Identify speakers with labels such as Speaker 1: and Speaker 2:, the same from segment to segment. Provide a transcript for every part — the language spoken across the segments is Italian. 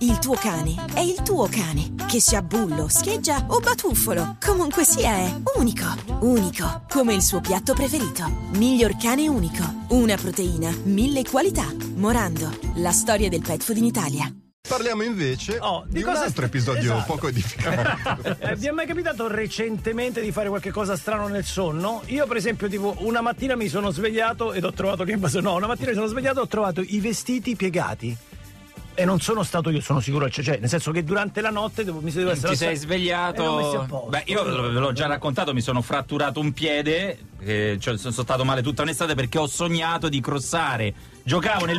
Speaker 1: Il tuo cane è il tuo cane, che sia bullo, scheggia o batuffolo, comunque sia è unico, unico, come il suo piatto preferito. Miglior cane unico, una proteina, mille qualità. Morando, la storia del pet food in Italia.
Speaker 2: Parliamo invece
Speaker 3: Oh,
Speaker 2: di,
Speaker 3: di
Speaker 2: un
Speaker 3: cosa-
Speaker 2: altro episodio
Speaker 3: esatto.
Speaker 2: poco edificante.
Speaker 3: Eh, vi è mai capitato recentemente di fare qualche cosa strano nel sonno? Io, per esempio, tipo una mattina mi sono svegliato ed ho trovato che. No, una mattina mi sono svegliato e ho trovato i vestiti piegati. E non sono stato io, sono sicuro. Cioè, cioè, nel senso che durante la notte devo- mi devo essere.
Speaker 4: Ti sei
Speaker 3: e l'ho messi a
Speaker 4: svegliato?
Speaker 3: posto.
Speaker 4: Beh, io ve l'ho- ve l'ho già raccontato, mi sono fratturato un piede, eh, cioè, sono sono stato male tutta un'estate perché ho sognato di crossare. Giocavo nel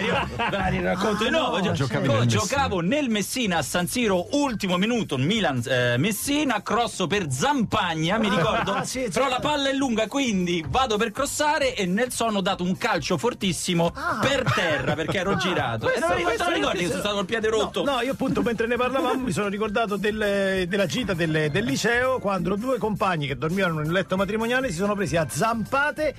Speaker 4: io ve li racconto di
Speaker 3: Ah,
Speaker 4: nuovo,
Speaker 3: no,
Speaker 4: gio-
Speaker 3: Giocavi
Speaker 2: nel Messina.
Speaker 4: giocavo nel Messina a San Siro, ultimo minuto, Milan eh, Messina, crosso per Zampagna, mi
Speaker 3: Ah,
Speaker 4: ricordo.
Speaker 3: sì, certo.
Speaker 4: però la palla è lunga, quindi vado per crossare e nel sonno ho dato un calcio fortissimo
Speaker 3: Ah.
Speaker 4: per terra perché ero girato. Eh, E non mi ricordo- non ricordi che sono stato col piede rotto.
Speaker 3: No, no, io appunto mentre ne parlavamo mi sono ricordato del- della gita del, del liceo quando due compagni che dormivano nel letto matrimoniale si sono presi a zampate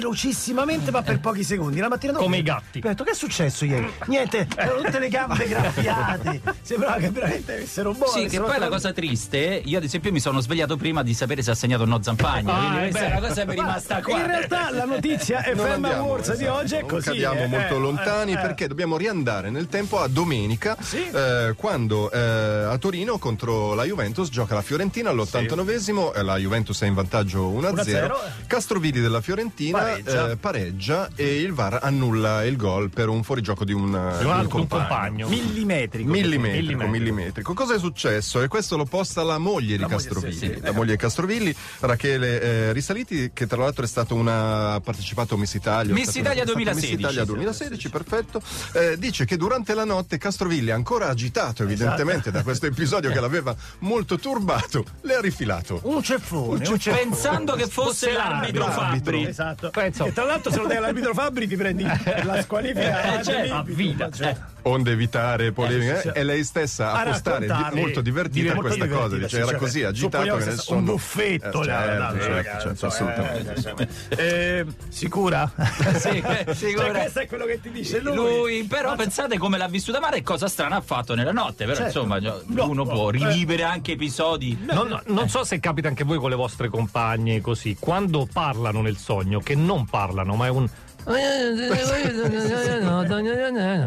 Speaker 3: velocissimamente ma per pochi secondi. La mattina dopo
Speaker 5: Come i gatti.
Speaker 3: Mi ho detto che è successo ieri? Niente, erano tutte le gambe graffiate. Sembrava che veramente avessero un buono.
Speaker 4: Sì, che poi la cosa triste, io ad esempio mi sono svegliato prima di sapere se ha segnato o no Zampagna.
Speaker 5: Ah,
Speaker 4: quindi
Speaker 5: eh,
Speaker 4: questa
Speaker 5: beh.
Speaker 4: è una cosa che mi è rimasta qua.
Speaker 3: In realtà la notizia è
Speaker 2: Non
Speaker 3: ferma
Speaker 2: andiamo,
Speaker 3: borsa di
Speaker 2: esatto,
Speaker 3: oggi è
Speaker 2: non
Speaker 3: così.
Speaker 2: cadiamo
Speaker 3: eh,
Speaker 2: molto
Speaker 3: eh,
Speaker 2: lontani
Speaker 3: eh, eh.
Speaker 2: perché dobbiamo riandare nel tempo a domenica,
Speaker 3: Sì.
Speaker 2: eh, quando eh, a Torino contro la Juventus gioca la Fiorentina all'89esimo, eh, la Juventus è in vantaggio 1-0,
Speaker 3: 1-0.
Speaker 2: Castrovilli della Fiorentina
Speaker 3: Pareggia.
Speaker 2: eh, pareggia e il VAR annulla il gol per un fuorigioco di un, eh,
Speaker 5: Un
Speaker 2: di un
Speaker 5: altro un compagno.
Speaker 3: Millimetrico.
Speaker 2: Millimetrico,
Speaker 5: Millimetrico.
Speaker 2: millimetrico. Cosa è successo? E questo lo posta la moglie di
Speaker 3: moglie,
Speaker 2: Castrovilli.
Speaker 3: sì, eh. sì.
Speaker 2: La moglie di Castrovilli, Rachele eh, Risaliti, che tra l'altro è stata una ha partecipato a Miss Italia.
Speaker 4: Miss
Speaker 2: è stata-
Speaker 4: Italia
Speaker 2: è stata
Speaker 4: 2016,
Speaker 2: Miss Italia
Speaker 4: sì,
Speaker 2: 2016, perfetto. Eh, dice che durante la notte Castrovilli, ancora
Speaker 3: Esatto.
Speaker 2: agitato evidentemente da questo episodio che l'aveva molto turbato, le ha rifilato.
Speaker 3: Un ceffone, un ceffone.
Speaker 4: Cioè, Pensando che fosse l'arbitro
Speaker 2: l'arbitro.
Speaker 4: Fabri.
Speaker 3: Esatto.
Speaker 5: Penso.
Speaker 3: E tra l'altro se lo dai all'arbitro Fabri ti prendi la squalifica Ah,
Speaker 4: Eh, certo,
Speaker 3: a
Speaker 5: a
Speaker 3: vita.
Speaker 5: vita, eh.
Speaker 2: Onde evitare polemiche.
Speaker 3: Eh, sì, sì.
Speaker 2: e lei stessa a
Speaker 3: A
Speaker 2: postare di-
Speaker 3: raccontarle.
Speaker 2: molto divertita
Speaker 3: Molto
Speaker 2: questa
Speaker 3: divertita,
Speaker 2: cosa. Dice,
Speaker 3: sì,
Speaker 2: era
Speaker 3: cioè,
Speaker 2: così agitato
Speaker 3: supponiamo
Speaker 2: che
Speaker 3: che
Speaker 2: nel
Speaker 3: sia un
Speaker 2: sonno-
Speaker 3: buffetto,
Speaker 2: Eh,
Speaker 3: le ha
Speaker 2: certo,
Speaker 3: dato,
Speaker 2: certo,
Speaker 3: ragazzi, cioè,
Speaker 2: certo,
Speaker 3: insomma,
Speaker 2: assolutamente.
Speaker 3: Eh, sicura?
Speaker 4: Sì, eh,
Speaker 3: Cioè,
Speaker 4: sicuro.
Speaker 3: questo è quello che ti dice lui.
Speaker 4: Lui, però pensate come l'ha vissuta male e cosa strana ha fatto nella notte. Però
Speaker 3: Certo.
Speaker 4: insomma, gio-
Speaker 3: No,
Speaker 4: uno può
Speaker 3: eh.
Speaker 4: rivivere anche episodi.
Speaker 5: Non, non so se capita anche voi con le vostre compagne così, quando parlano nel sogno, che non parlano, ma è un...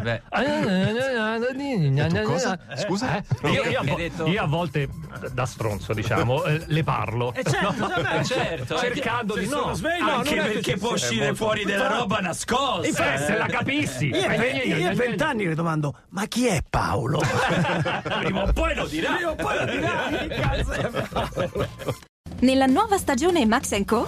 Speaker 4: Beh.
Speaker 2: Tu cosa? Scusa?
Speaker 5: Io, io a
Speaker 4: Mi ha
Speaker 5: vo-
Speaker 4: detto-
Speaker 5: io a volte, da stronzo diciamo, eh, le parlo.
Speaker 4: Eh, certo, vabbè, certo.
Speaker 5: Cercando
Speaker 3: se
Speaker 5: di
Speaker 3: sono
Speaker 5: no,
Speaker 3: sveglio,
Speaker 5: anche
Speaker 3: non
Speaker 4: Anche
Speaker 3: è che
Speaker 4: perché
Speaker 3: ci-
Speaker 4: può
Speaker 3: eh,
Speaker 4: uscire fuori della roba nascosta.
Speaker 5: Eh, se
Speaker 4: eh.
Speaker 5: la capissi.
Speaker 3: Io a ve- io a vent'anni le domando, ma chi è Paolo?
Speaker 4: Prima o poi lo dirà.
Speaker 3: Io poi lo dirai, che cazzo è
Speaker 6: Nella nuova stagione Max Co?